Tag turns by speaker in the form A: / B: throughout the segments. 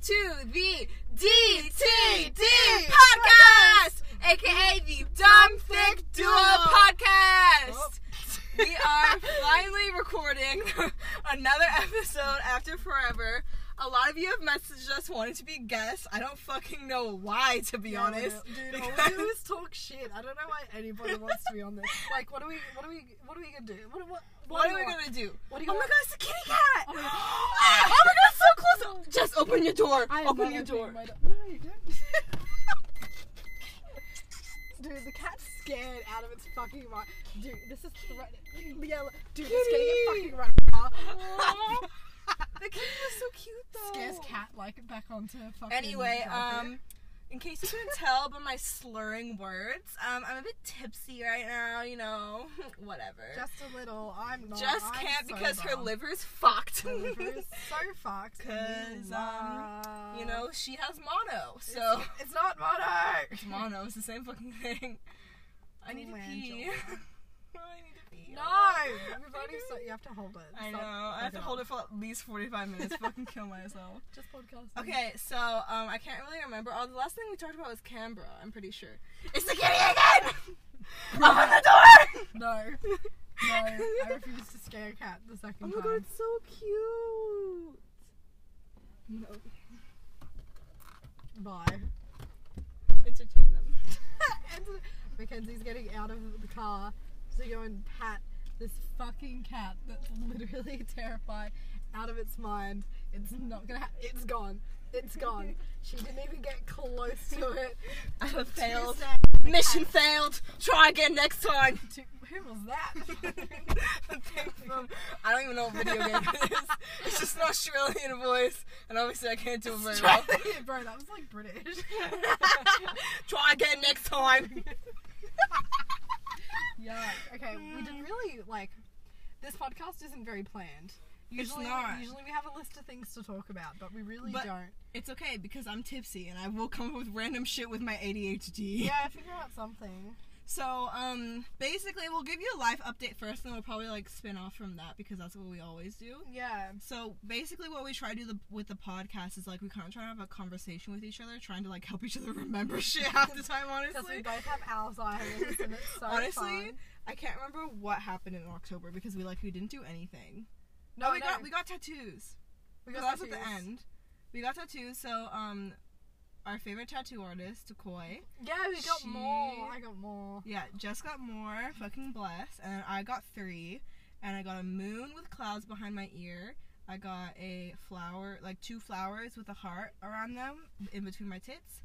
A: to the DTD podcast, aka the Dumb Thick Duo
B: Oh.
A: podcast. We are finally recording another episode after forever. A lot of you have messaged us wanting to be guests. I don't fucking know why, to be
B: Yeah, I know.
A: honest.
B: dude, all we
A: because-
B: do is talk shit. I don't know why anybody wants to be on this. Like, what are we? What are we? What are we gonna do? What? What?
A: What
B: do
A: are we
B: want?
A: gonna do?
B: What do
A: oh my
B: you want?
A: god, it's a kitty cat!
B: Oh
A: Oh
B: my
A: my,
B: God.
A: god, it's so close! Just open your door.
B: I am
A: open
B: not
A: your door.
B: opening my do- No, you don't. Dude, the cat's scared out of its fucking mind. Dude, this is threatening. Yeah, look, dude, it's gonna get
A: Kitty.
B: fucking run out.
A: Aw. the kitty was so cute though.
B: Scares cat like back onto fucking.
A: Anyway,
B: carpet.
A: um, in case you couldn't tell by my slurring words, um, I'm a bit tipsy right now. You know, whatever.
B: Just a little. I'm not.
A: Just
B: I'm
A: can't because her
B: sober.
A: liver's fucked.
B: My liver is so fucked.
A: 'Cause, um, you know, she has mono, so
B: so it's not mono.
A: mono is the same fucking thing. I need to pee.
B: Glandular.
A: I need to pee.
B: No, we've already so you have to hold it.
A: I know. I have to hold it for at least 45 minutes. fucking kill myself.
B: Just podcast.
A: Okay, so um, I can't really remember. Oh, the last thing we talked about was Canberra. I'm pretty sure. It's the kitty again. Open the door.
B: No, no, I refuse to scare a cat the second
A: Oh my god,
B: time.
A: it's so cute. No,
B: Bye.
A: entertain them.
B: And Mackenzie's getting out of the car to go and pat this fucking cat that's literally terrified out of its mind. It's not gonna. Ha- it's gone. It's gone. she didn't even get close to it.
A: I have
B: Two
A: failed.
B: steps.
A: Mission failed. Try again next time.
B: Two- Who was that?
A: The thing from- Um, I don't even know what video game it is. It's just an Australian voice, and obviously I can't do it very well.
B: Australian, bro, that was like British.
A: Try again next time.
B: yeah. Okay, we didn't really like. This podcast isn't very planned. Usually,
A: not.
B: usually we have a list of things to talk about, but we really
A: But-
B: don't.
A: It's okay because I'm tipsy and I will come up with random shit with my ADHD.
B: Yeah, figure out something.
A: So, um, basically, we'll give you a life update first, and we'll probably like spin off from that because that's what we always do.
B: Yeah.
A: So basically, what we try to do the, with the podcast is like we kind of try to have a conversation with each other, trying to like help each other remember shit half the time.
B: Because we
A: Honestly,
B: both have Alzheimer's and it's so
A: honestly,
B: fun.
A: I can't remember what happened in October because we like we didn't do anything.
B: No,
A: oh, we
B: no,
A: got we got tattoos.
B: we
A: Well, that's at the
B: tattoos.
A: end. We got tattoos. So, um, our favorite tattoo artist, Koi.
B: Yeah, we got
A: She-
B: more. I got more.
A: Yeah, Jess got more, fucking blessed, and I got three. And I got a moon with clouds behind my ear. I got a flower, like two flowers with a heart around them in between my tits.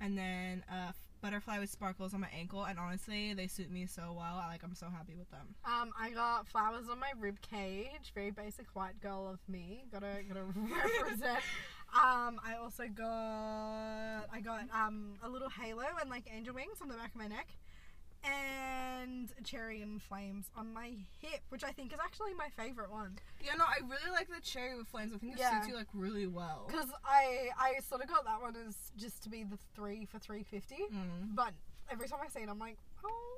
A: And then a butterfly with sparkles on my ankle. And honestly, they suit me so well. I, like, I'm so happy with them.
B: Um, I got flowers on my rib cage. Very basic white girl of me. Gotta gotta represent. Um, I also got I got um a little halo and like angel wings on the back of my neck, and cherry and flames on my hip, which I think is actually my favorite one.
A: Yeah, no, I really like the cherry with flames. I think it
B: Yeah.
A: suits you, like, really well.
B: Cause I I sort of got that one as just to be the three for three fifty,
A: Mm.
B: but every time I see it, I'm like, oh.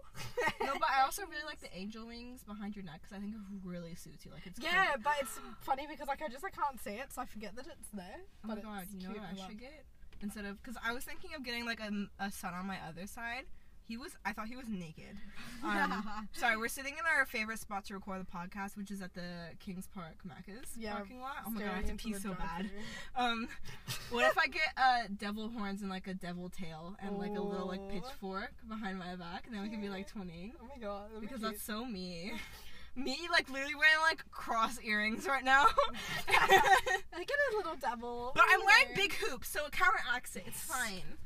A: No, but I also really like the angel wings behind your neck because I think it really suits you. Like, it's
B: Yeah,
A: pretty.
B: but it's funny because like I just I can't see it, so I forget that it's there.
A: Oh my
B: but
A: god,
B: it's
A: you know
B: cute.
A: what
B: I
A: I
B: love-
A: should get? Instead of, because I was thinking of getting like a, m- a son on my other side. He was, I thought he was naked. Um, sorry, we're sitting in our favorite spot to record the podcast, which is at the Kings Park Macca's
B: Yeah,
A: parking lot. Oh my god, I
B: Staring
A: have to
B: into
A: pee
B: the
A: so bad.
B: drive-thru.
A: Um, what if I get uh, devil horns and like a devil tail and like a little like
B: Aw.
A: pitchfork behind my back, and then we can be like twinning
B: Oh my god, that'd be
A: because
B: cute.
A: that's so me. Me like literally wearing like cross earrings right now.
B: I get a little devil.
A: But I'm
B: Oh,
A: wearing
B: there.
A: big hoops, so it counteracts it. It's fine.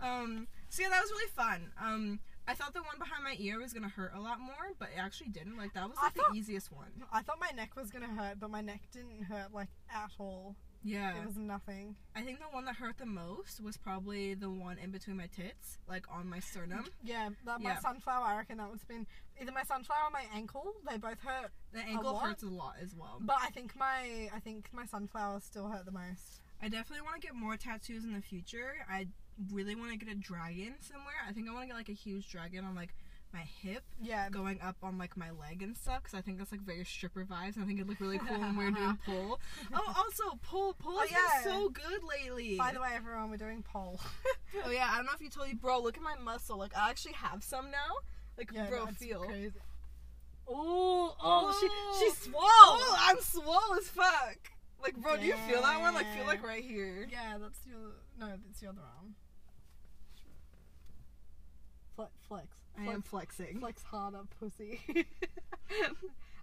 A: Um, so yeah, that was really fun. Um, I thought the one behind my ear was gonna hurt a lot more, but it actually didn't. Like that was
B: I
A: like
B: thought-
A: the easiest one.
B: I thought my neck was gonna hurt, but my neck didn't hurt like at all.
A: Yeah,
B: It was nothing.
A: I think the one that hurt the most was probably the one in between my tits, like on my sternum.
B: Yeah, that, my
A: Yeah.
B: sunflower. I reckon that one's been either my sunflower or my ankle. They both hurt,
A: The ankle
B: what?
A: hurts a lot as well.
B: but I think my I think my sunflower still hurt the most.
A: I definitely want to get more tattoos in the future. I really want to get a dragon somewhere. I think I want to get like a huge dragon on like my hip
B: Yeah.
A: going up on like my leg and stuff because I think that's like very stripper vibes. And I think it'd look really cool when we're doing pull. Oh, also pull pull
B: Oh,
A: has
B: yeah.
A: been so good lately.
B: By the way, everyone, we're doing poll.
A: oh yeah, I don't know if you told you, bro. Look at my muscle. Like I actually have some now. Like bro,
B: that's
A: feel.
B: Crazy. Oh, oh, she,
A: Whoa.
B: she's swole.
A: Oh, I'm swole as fuck. Like bro, do you feel that one? Like feel like
B: Damn.
A: right here.
B: Yeah, that's the other. No, that's the other arm. Flex, flex,
A: I am
B: flex,
A: flexing.
B: flex harder, pussy.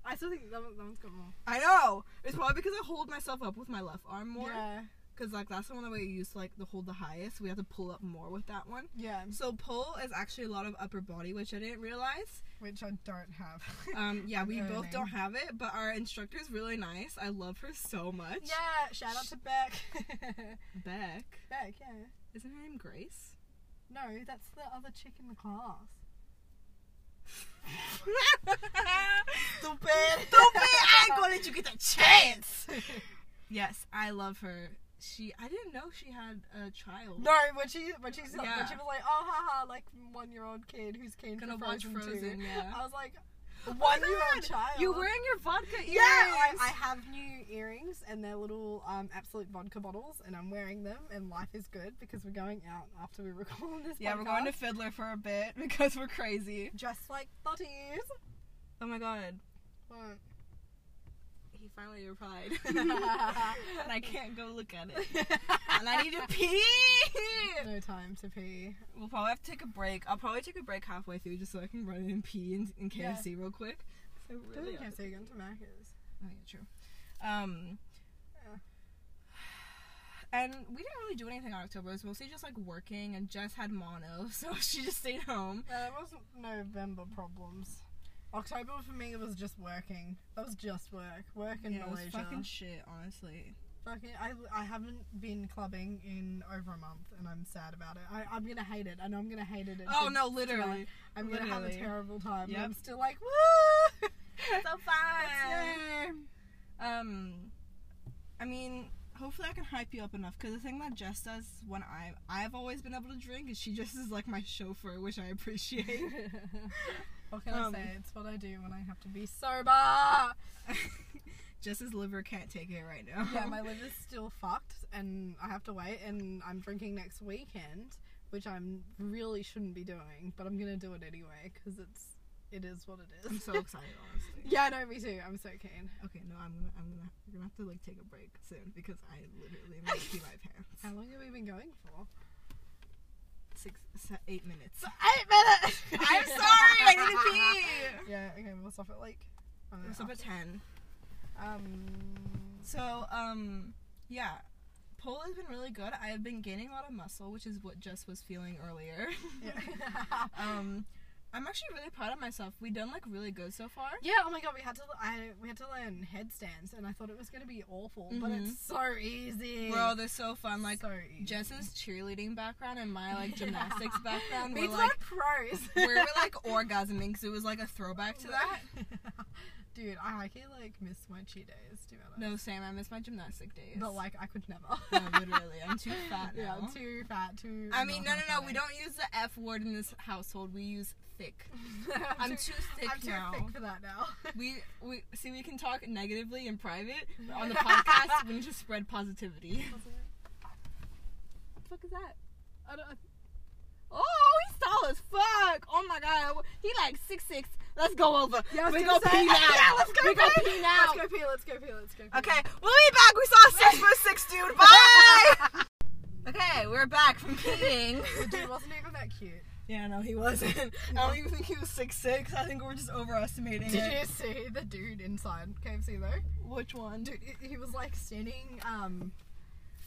B: I still think that, one, that one's got more.
A: I know. It's probably because I hold myself up with my left arm more.
B: Yeah,
A: Because like that's the one that we used to like the hold the highest. We had to pull up more with that one.
B: yeah,
A: So pull is actually a lot of upper body, which I didn't realize.
B: which I don't have.
A: Um, yeah, we both
B: Learning.
A: don't have it, but our instructor's really nice. I love her so much.
B: yeah, shout out to Beck.
A: Beck,
B: Beck, yeah.
A: isn't her name Grace?
B: No, that's the other chick in the class.
A: Stupid. Stupid. I ain't gonna let you get that chance. Yes, I love her. She. I didn't know she had a child.
B: No, when she when she's when she
A: Yeah.
B: was like, oh haha, like one year old kid who's keen
A: Gonna
B: for
A: watch
B: Frozen,
A: Frozen,
B: Two.
A: yeah.
B: I was like,
A: Oh my
B: one year old
A: God,
B: child.
A: You're wearing your vodka earrings.
B: Yeah, I, I have new earrings and they're little um, absolute vodka bottles, and I'm wearing them. And life is good because we're going out after we record this.
A: yeah, we're going to Fiddler for a bit because we're crazy.
B: just like thotties.
A: Oh my god.
B: Right.
A: He finally replied. and I can't go look at it. And I need to pee.
B: no time to pee.
A: We'll probably have to take a break. I'll probably take a break halfway through just so I can run in and pee in, in
B: Yeah.
A: KFC real quick. So really
B: Really
A: ought
B: can't
A: to-
B: say again to Macca's.
A: Oh, yeah, true. Um,
B: Yeah.
A: and we didn't really do anything in October. It was mostly just like working and Jess had mono, so she just stayed home.
B: Uh, it wasn't November problems. October for me was just working. That was just work. Work in
A: yeah, it was
B: Malaysia.
A: fucking shit, honestly.
B: Fucking, I, I haven't been clubbing in over a month and I'm sad about it. I, I'm gonna hate it. I know I'm gonna hate it.
A: Oh
B: It's-
A: no, literally.
B: I'm gonna have a
A: literally.
B: terrible time. and I'm
A: Yep.
B: still like, woo!
A: so fun. Um, I mean, hopefully I can hype you up enough because the thing that Jess does when I I've always been able to drink is she just is like my chauffeur, which I appreciate.
B: what can
A: Um,
B: I say? It's what I do when I have to be sober.
A: Jess's liver can't take it right now.
B: yeah, my liver's still fucked, and I have to wait. And I'm drinking next weekend, which I'm really shouldn't be doing, but I'm gonna do it anyway because it's it is what it is.
A: I'm so excited, honestly.
B: yeah, no, me too. I'm so keen.
A: Okay, no, I'm gonna I'm gonna we're gonna have to like take a break soon because I literally might pee my
B: How
A: pants.
B: long have we been going for?
A: Six, se- eight minutes.
B: Eight minutes.
A: I'm sorry, I need to pee.
B: Yeah. Okay, we'll stop at like. I don't
A: We're
B: know.
A: up at ten.
B: Um.
A: So, um, yeah, pull has been really good. I have been gaining a lot of muscle, which is what Jess was feeling earlier.
B: Yeah.
A: um, I'm actually really proud of myself. We've done like really good so far.
B: yeah. Oh my god, we had to. I we had to learn headstands, and I thought it was gonna be awful, but
A: Mhm.
B: it's so easy.
A: Bro, they're so fun. Like
B: so easy.
A: Jess's cheerleading background and my like gymnastics background
B: These
A: were
B: are
A: like
B: pros.
A: we were like orgasming because it was like a throwback to that.
B: Dude, I hiking like miss my cheat days. Do you know?
A: No, Sam, I miss my gymnastic days.
B: But like I could never.
A: no, literally, I'm too fat
B: yeah,
A: now.
B: too fat. Too.
A: I mean, no,
B: not
A: no, no. We
B: athletic.
A: don't use the F word in this household. We use thick. I'm too thick
B: I'm too
A: now.
B: thick for that now.
A: We we see we can talk negatively in private, but on the podcast we need to spread positivity.
B: what the fuck is that? I don't.
A: Oh, he's tall as fuck! Oh my god, he like six six. Let's go over.
B: Yeah, I was
A: we go
B: gonna say-
A: pee now.
B: Yeah, let's go
A: we go
B: pee.
A: pee now.
B: Let's go pee. Let's go pee. Let's go. Pee.
A: Okay, we'll be back. We saw six for six, dude. Bye. okay, we're back from peeing.
B: Dude wasn't even that cute.
A: yeah, no, he wasn't. I don't even think he was six six. I think we're just overestimating
B: Did
A: it.
B: you see the dude inside KFC though?
A: Which one?
B: Dude, he- he was like standing, um,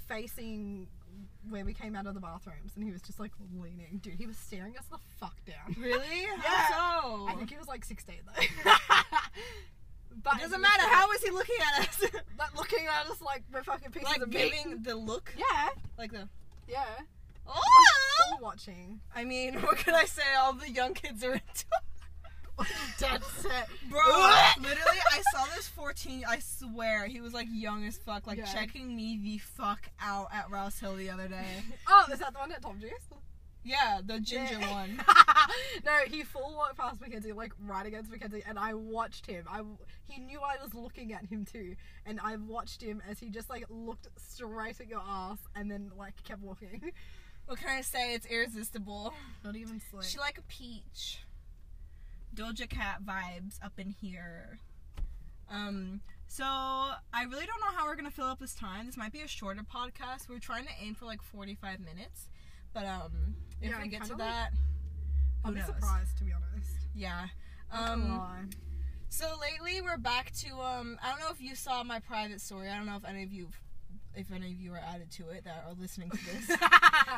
B: facing where we came out of the bathrooms, and he was just like leaning. Dude, he was staring us the fuck down.
A: Really?
B: Yeah.
A: How so?
B: I think he was like 16 though. but
A: It doesn't matter. How is he looking at us?
B: But looking at us like we're fucking pieces
A: like
B: of meat.
A: giving the look,
B: Yeah,
A: like the.
B: yeah.
A: Oh!
B: All watching.
A: I mean, what can I say? All the young kids are into.
B: Dead set.
A: Bro,
B: What?
A: literally, I saw this 14. I swear, he was like young as fuck, like
B: Yeah.
A: checking me the fuck out at Rouse Hill the other day.
B: Oh, is that the one at Tom Juice?
A: Yeah, the ginger
B: Yeah.
A: one.
B: no, he full walked past Mackenzie, like right against Mackenzie, and I watched him. I he knew I was looking at him too, and I watched him as he just like looked straight at your ass and then like kept walking.
A: What can I say? It's irresistible.
B: Not even slick.
A: She like a peach. Doja Cat vibes up in here. Um, so I really don't know how we're gonna fill up this time. This might be a shorter podcast. We're trying to aim for like forty-five minutes, but um, if
B: Yeah,
A: we
B: I'm
A: get to
B: kinda
A: that,
B: I'll
A: who
B: be
A: knows?
B: surprised to be honest.
A: yeah.
B: Not gonna
A: Um,
B: lie.
A: so lately we're back to um, I don't know if you saw my private story. I don't know if any of you, if any of you are added to it that are listening to this.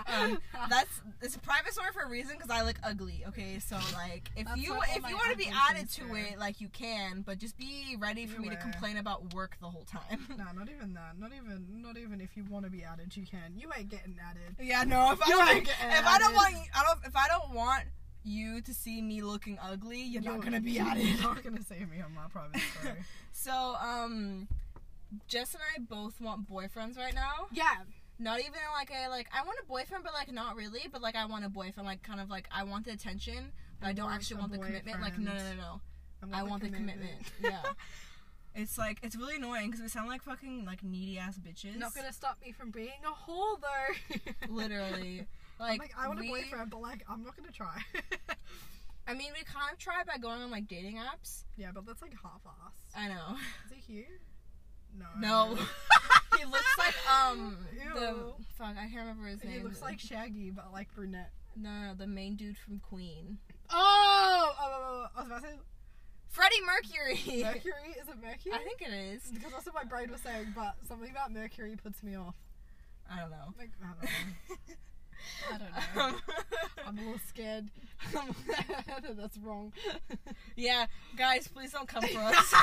A: um, that's it's a private story for a reason because I look ugly. Okay, so like if
B: That's
A: you
B: what all
A: if
B: my
A: you want to be
B: ugly
A: added
B: things
A: to
B: do.
A: it, like you can, but just be ready for me to
B: Beware.
A: complain about work the whole time.
B: no, not even that. Not even not even if you want to be added, you can. You ain't getting added.
A: Yeah, no. If I
B: You
A: don't,
B: ain't getting
A: if I don't
B: added.
A: want I don't if I don't want you to see me looking ugly, you're, not gonna be added.
B: You're not gonna see me on my private story.
A: so um, Jess and I both want boyfriends right now.
B: yeah,
A: Not even like a like I want a boyfriend, but like not really. But like I want a boyfriend, like kind of like I want the attention, but I don't
B: want
A: actually
B: a
A: want the commitment. Like no, no, no,
B: boyfriend.
A: no. I want the commitment. yeah. It's like it's really annoying because we sound like fucking like needy ass bitches.
B: Not gonna stop me from being a whore though.
A: literally.
B: Like,
A: Like,
B: I want
A: we-
B: a boyfriend, but like I'm not gonna try.
A: I mean, we kind of try by going on like dating apps.
B: yeah, but that's like half-assed.
A: I know.
B: Is he cute? No.
A: No. he looks like um the
B: Ew.
A: fuck. I can't remember his name.
B: He looks like Shaggy, but like brunette.
A: no, no, the main dude from Queen.
B: Oh, oh, oh, oh, I was about to say
A: Freddie Mercury.
B: Mercury. Is it Mercury?
A: I think it is.
B: because that's what my brain was saying, but something about Mercury puts me off.
A: I don't know.
B: Like I don't know. I don't know.
A: Um,
B: I'm a little scared. that that's wrong.
A: yeah, guys, please don't come for us.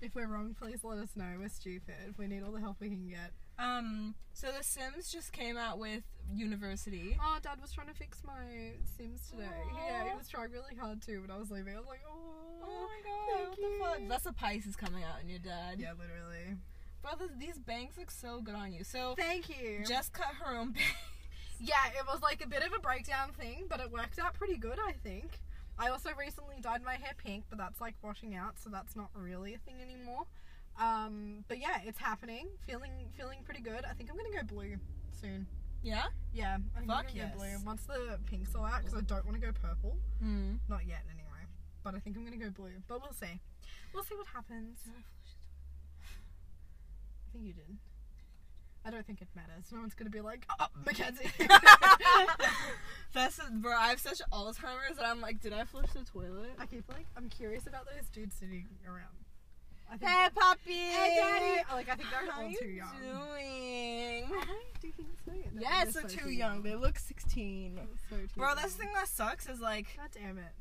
B: if we're wrong, please let us know. We're stupid. We need all the help we can get.
A: um, so The Sims just came out with University.
B: Oh, Dad was trying to fix my Sims today. Yeah,
A: Aw.
B: he was trying really hard too. When I was leaving, I was like,
A: Oh
B: oh.
A: my god,
B: thank
A: what the fuck?
B: you.
A: That's a Pisces coming out in your dad.
B: Yeah, literally.
A: Brother, these bangs look so good on you. So,
B: Thank you.
A: Jess cut her own bangs.
B: yeah, it was like a bit of a breakdown thing, but it worked out pretty good, I think. I also recently dyed my hair pink, but that's like washing out, so that's not really a thing anymore. Um, but yeah, it's happening. Feeling feeling pretty good. I think I'm gonna go blue soon.
A: Yeah?
B: Yeah, I think
A: Fuck
B: I'm gonna
A: yes.
B: go blue once the pinks are out because I don't want to go purple.
A: Mm.
B: Not yet, anyway. But I think I'm gonna go blue. But we'll see. We'll see what happens. I think you did. I don't think it matters. No one's gonna be like, oh, Mackenzie.
A: That's bro. I have such Alzheimer's that I'm like, did I flush the toilet?
B: I keep like, I'm curious about those dudes sitting around. I think
A: Hey,
B: that-
A: puppy.
B: Hey, Daddy! Like, I think they're
A: How
B: all
A: you
B: too young.
A: doing?
B: I don't- do you think so? No,
A: Yes, they're too young. They look 16.
B: They're so too
A: Bro, that's the
B: young.
A: thing that sucks is like
B: God damn it.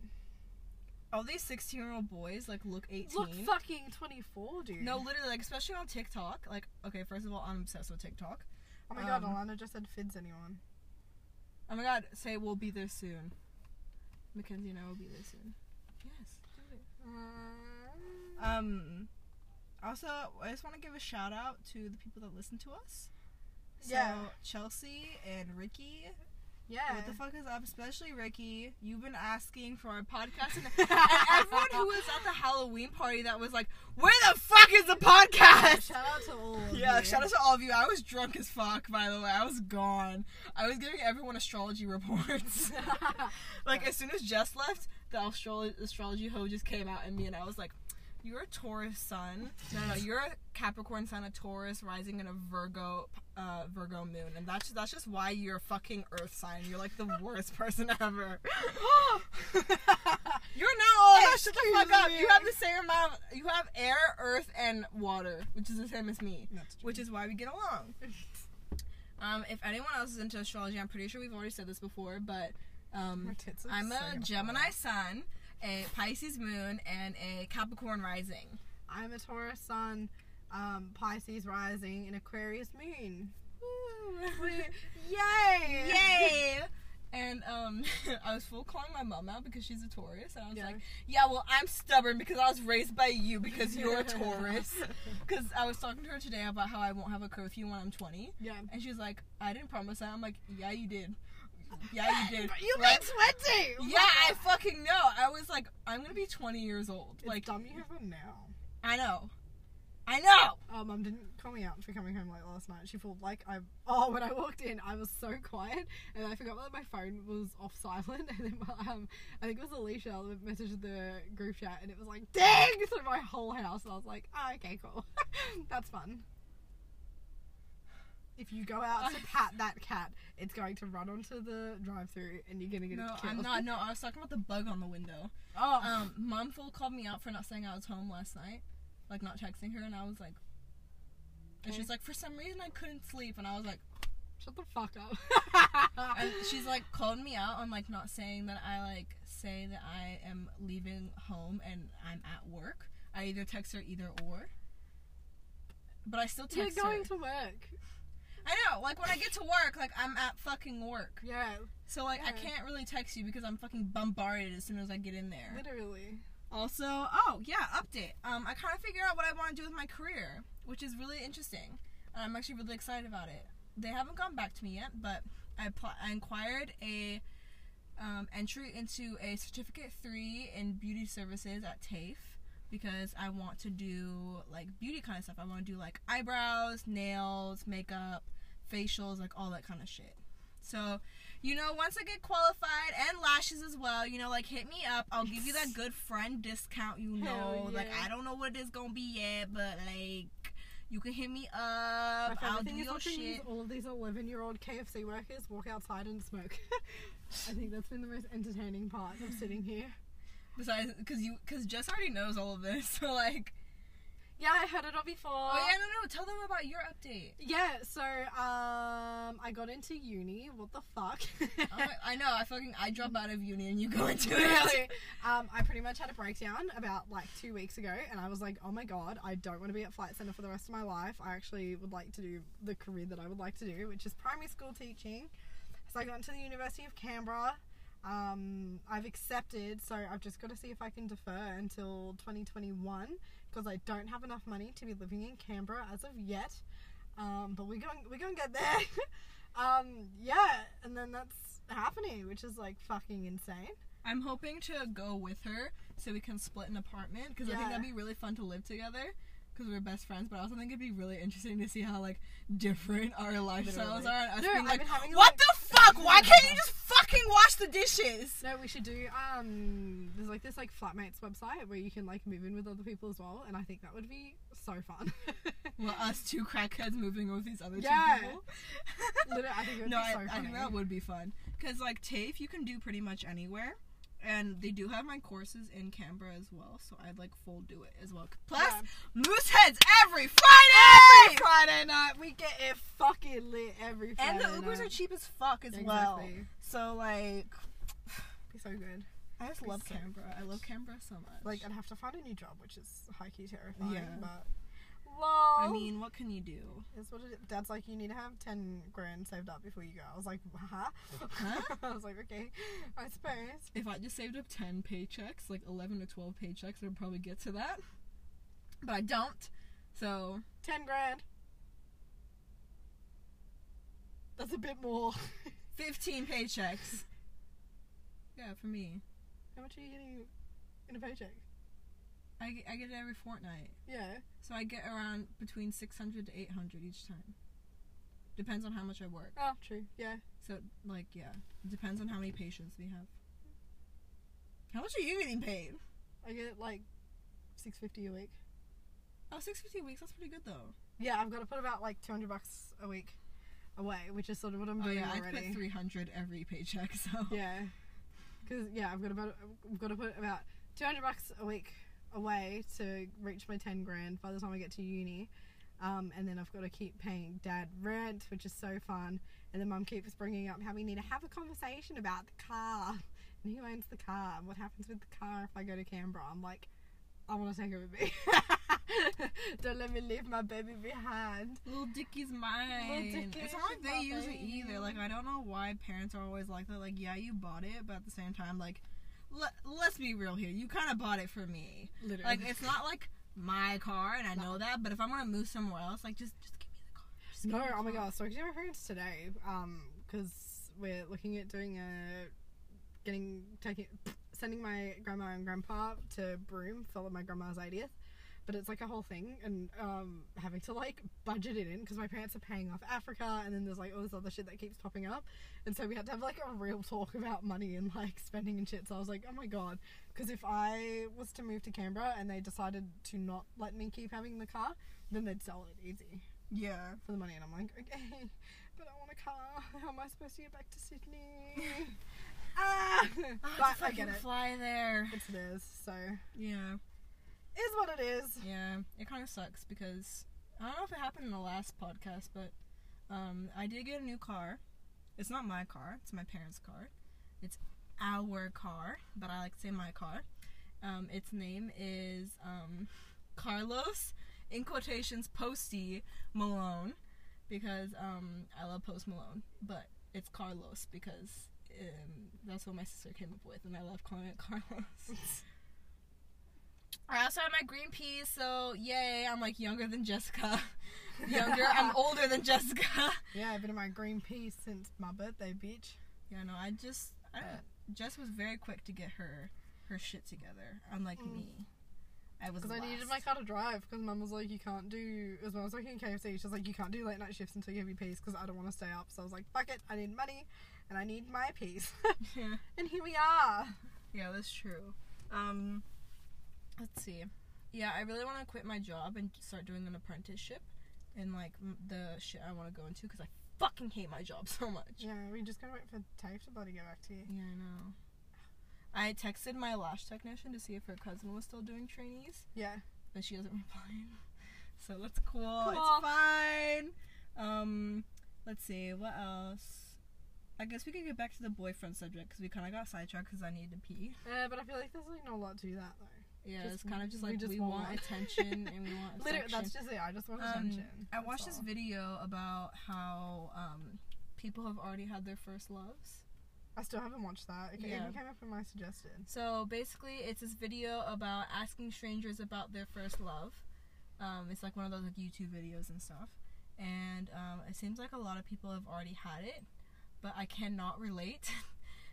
A: all these 16 year old boys like look 18.
B: Look fucking 24, dude.
A: No, literally, like especially on TikTok. Like, okay, first of all, I'm obsessed with TikTok.
B: Oh my god,
A: um,
B: Alana just said fids anyone.
A: Oh my god, say we'll be there soon. Mackenzie and I will be there soon. Yes. do it.
B: Uh,
A: Um. Also, I just want to give a shout out to the people that listen to us. So,
B: Yeah.
A: Chelsea and Ricky.
B: yeah.
A: What the fuck is up? Especially Ricky. You've been asking for our podcast, and, and everyone who was at the Halloween party that was like, "Where the fuck is the podcast?"
B: Shout out to all of
A: Yeah,
B: you.
A: shout out to all of you. I was drunk as fuck, by the way. I was gone. I was giving everyone astrology reports. like, as soon as Jess left, the astro- astrology hoe just came out at me, and I was like, You're a Taurus sun. No, no, you're a Capricorn sun, a Taurus rising, and a Virgo uh, Virgo moon. And that's, that's just why you're a fucking earth sign. You're like the worst person ever. You're not all that shut the
B: Excuse
A: fuck up.
B: me.
A: You have the same amount. Of, you have air, earth, and water, which is the same as me
B: That's true.
A: which is why we get along. um, if anyone else is into astrology, I'm pretty sure we've already said this before, but
B: My
A: um,
B: tits are
A: I'm
B: so
A: a
B: much
A: Gemini
B: taller.
A: sun, a Pisces moon, and a Capricorn rising.
B: I'm a Taurus sun, um, Pisces rising, and Aquarius moon. Yay!
A: Yay! And um, I was full calling my mom out because she's a Taurus, and I was
B: Yeah.
A: like, "Yeah, well, I'm stubborn because I was raised by you because you're a Taurus." Because I was talking to her today about how I won't have a curfew when I'm 20,
B: Yeah.
A: And she was like, I didn't promise that. I'm like, yeah, you did. Yeah, you did.
B: But you've
A: Like,
B: been sweaty.
A: Yeah, I fucking know. I was like, I'm gonna be 20 years old.
B: like
A: Like,
B: dumb you have them now.
A: I know. I know.
B: Oh, mum didn't call me out for coming home late last night. She felt like I. Oh, when I walked in, I was so quiet, and I forgot that my phone was off silent. And then um, I think it was Alicia that messaged the group chat, and it was like dang through my whole house. And I was like, oh, okay, cool, that's fun. If you go out to pat that cat, it's going to run onto the drive-through, and you're gonna get
A: No,
B: it killed.
A: I'm not. No, I was talking about the bug on the window.
B: Oh,
A: Um, mom full called me out for not saying I was home last night, like not texting her, and I was like, and she's like, for some reason I couldn't sleep, and I was like,
B: shut the fuck up.
A: and she's like called me out on like not saying that I like say that I am leaving home and I'm at work. I either text her either or. But I still
B: You're
A: text
B: going
A: her.
B: to work.
A: I know, like when I get to work, like I'm at fucking work.
B: Yeah,
A: So like I
B: Yeah.
A: can't really text you because I'm fucking bombarded as soon as I get in there.
B: literally.
A: Also, oh yeah, update. Um, I kind of figured out what I want to do with my career, which is really interesting, and I'm actually really excited about it. They haven't gone back to me yet, but I appl- I inquired a um, entry into a certificate three in beauty services at TAFE because I want to do like beauty kind of stuff. I want to do like eyebrows, nails, makeup, facials, like all that kind of shit. So, you know, once I get qualified and lashes as well, you know, like hit me up. I'll give you that good friend discount, you know.
B: Hell
A: Like
B: yeah.
A: I don't know what it is gonna be yet, but like you can hit me up.
B: My
A: I'll
B: favorite
A: do
B: thing is
A: your
B: watching
A: shit.
B: these, all of these 11 year old KFC workers walk outside and smoke. I think that's been the most entertaining part of sitting here.
A: Besides, because you, because Jess already knows all of this. So like,
B: Yeah, I heard it all before.
A: oh yeah, no, no, tell them about your update.
B: Yeah, so um, I got into uni. What the fuck?
A: Oh, my- I know, I fucking, I drop out of uni and you go into it.
B: Really? Um, I pretty much had a breakdown about like two weeks ago, and I was like, "Oh my god, I don't want to be at Flight Center for the rest of my life. I actually would like to do the career that I would like to do, which is primary school teaching." So I got into the University of Canberra. Um, I've accepted, so I've just got to see if I can defer until 2021 because I don't have enough money to be living in Canberra as of yet. Um, but we're going, we're going to get there. um, yeah, and then that's happening, which is like fucking insane.
A: I'm hoping to go with her so we can split an apartment because I think
B: Yeah.
A: that'd be really fun to live together because we're best friends. But I also think it'd be really interesting to see how like different our lifestyles
B: Literally.
A: are. And us
B: No,
A: being
B: I've
A: like,
B: been having,
A: what
B: like-
A: the fuck? Why can't you just fucking wash the dishes?
B: No, we should do. Um, there's like this like flatmates website where you can like move in with other people as well, and I think that would be so fun.
A: Well, us two crackheads moving in with these other
B: Yeah.
A: two people.
B: Literally, I think it would
A: no,
B: be
A: I,
B: so
A: I
B: funny.
A: think that would be fun. Because, like, TAFE, you can do pretty much anywhere. And they do have my courses in Canberra as well, so I'd like full do it as well. Plus,
B: Yeah.
A: moose heads every Friday!
B: Friday night we get it fucking lit every Friday.
A: and the Ubers
B: night.
A: are cheap as fuck as
B: Exactly.
A: well. So, like,
B: Be so good.
A: I just
B: Be
A: love
B: so
A: Canberra. I love Canberra so much.
B: Like I'd have to find a new job, which is high key terrifying.
A: Yeah.
B: But
A: I
B: lol.
A: mean, what can you do?
B: That's what it is. Dad's like, you need to have 10 grand saved up before you go. I was like, huh?
A: Huh?
B: I was like, okay, I suppose.
A: If I just saved up 10 paychecks, like 11 or 12 paychecks, I'd probably get to that. But I don't. So,
B: 10 grand. That's a bit more.
A: 15 paychecks. yeah, for me.
B: How much are you getting in a paycheck?
A: I, get- I get it every fortnight.
B: Yeah.
A: So I get around between 600 to 800 each time. Depends on how much I work.
B: Oh, true. Yeah.
A: So, like, yeah. Depends on how many patients we have. How much are you getting paid?
B: I get like 650 a week.
A: Oh, 650 a week. That's pretty good, though.
B: Yeah, I've got to put about like 200 bucks a week away, which is sort of what I'm
A: Oh,
B: doing
A: yeah. I
B: already.
A: put 300 every paycheck, so.
B: Yeah. Cuz yeah, I've got about I've got to put about 200 bucks a week away to reach my 10 grand by the time I get to uni. Um, and then I've got to keep paying dad rent, which is so fun. And then mum keeps bringing up how we need to have a conversation about the car and who owns the car and what happens with the car if I go to Canberra. I'm like, I want to take it with me. Don't let me leave my baby behind.
A: Little Dickie's mine. it's
B: Dickie's
A: not like they
B: mine.
A: use it either. Like I don't know why parents are always like that. Like yeah, you bought it, but at the same time, like let, let's be real here. You kind of bought it for me.
B: Literally.
A: Like it's not like my car, and I know that. But if I'm gonna move somewhere else, like just just give me the car. Just give
B: No,
A: me the
B: oh
A: car.
B: my god, I was talking to my parents today, um, because we're looking at doing a getting taking sending my grandma and grandpa to Broome for my grandma's 80th. But it's like a whole thing, and um, having to like budget it in because my parents are paying off Africa, and then there's like all this other shit that keeps popping up, and so we had to have like a real talk about money and like spending and shit. So I was like, oh my god, because if I was to move to Canberra and they decided to not let me keep having the car, then they'd sell it easy
A: Yeah.
B: for the money, and I'm like, okay, but I want a car. How am I supposed to get back to Sydney? ah, but I get it.
A: Fly there.
B: It's theirs, so
A: Yeah.
B: is what it is.
A: Yeah, it kind of sucks because I don't know if it happened in the last podcast, but um, I did get a new car. It's not my car; it's my parents' car. It's our car, but I like to say my car. Um, its name is um, Carlos, in quotations, Posty Malone, because um, I love Post Malone, but it's Carlos because um, that's what my sister came up with, and I love calling it Carlos. I also have my green peas, so yay, I'm like younger than Jessica. younger, I'm older than Jessica.
B: Yeah, I've been in my green peas since my birthday, bitch.
A: Yeah, no, I just, I don't, Jess was very quick to get her, her shit together, unlike
B: Mm.
A: me. I was
B: Because I needed
A: last.
B: my car to drive. Because mum was like, you can't do. As well, I was working in KFC, she's like, you can't do late night shifts until you have your peas. Because I don't want to stay up. So I was like, fuck it, I need money, and I need my peas.
A: Yeah,
B: and here we are.
A: yeah, that's true. Um, let's see. Yeah, I really want to quit my job and start doing an apprenticeship, and like m- the shit I want to go into because I fucking hate my job so much.
B: Yeah, we just gotta wait for TAFE to bloody get back to you.
A: Yeah, I know. I texted my lash technician to see if her cousin was still doing trainees,
B: Yeah.
A: but she hasn't replied. So that's cool.
B: Cool.
A: It's fine. Um, let's see what else. I guess we could get back to the boyfriend subject because we kind of got sidetracked because I needed to pee.
B: Uh, but I feel like there's like not a lot to that though.
A: Yeah,
B: Just
A: it's kind of just
B: we
A: like we,
B: just want
A: want,
B: one.
A: attention and we want.
B: Literally, that's
A: affection.
B: just it. I just want
A: Um,
B: attention.
A: I
B: That's
A: watched this
B: all.
A: video about how um, people have already had their first loves.
B: I still haven't watched that. It
A: Yeah.
B: even came up in my suggested.
A: So basically, it's this video about asking strangers about their first love. Um, it's like one of those like YouTube videos and stuff. And um, it seems like a lot of people have already had it, but I cannot relate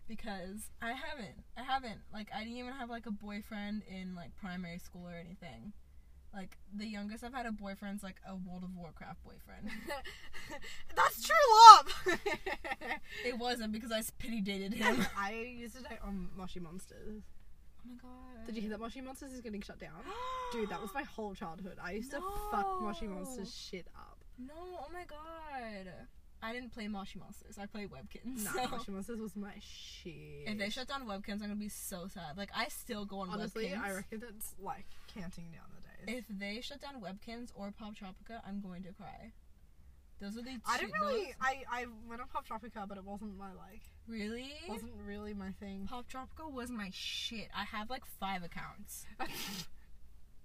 A: because I haven't. I haven't. Like I didn't even have like a boyfriend in like primary school or anything. Like the youngest I've had a boyfriend's like a World of Warcraft boyfriend.
B: That's true love.
A: it wasn't because I pity dated him. oh
B: I used to date on Moshi Monsters.
A: my god.
B: Did you hear that Moshi Monsters is getting shut down?
A: that?
B: Dude, that was my whole childhood. I used to fuck Moshi
A: No.
B: Monsters shit up.
A: No, oh my god. I didn't play Moshi Monsters. I played Webkins.
B: Nah,
A: so
B: Moshi Monsters was my shit.
A: if they shut down Webkins, I'm gonna be so sad. Like I still go on
B: Honestly,
A: Webkins.
B: I reckon it's like counting down the days.
A: if they shut down Webkins or Pop Tropica, I'm going to cry. Those are the two.
B: I didn't really.
A: those-
B: I, I went on Pop Tropica, but it wasn't my like.
A: really.
B: Wasn't really my thing.
A: Pop Tropica was my shit. I have like five accounts.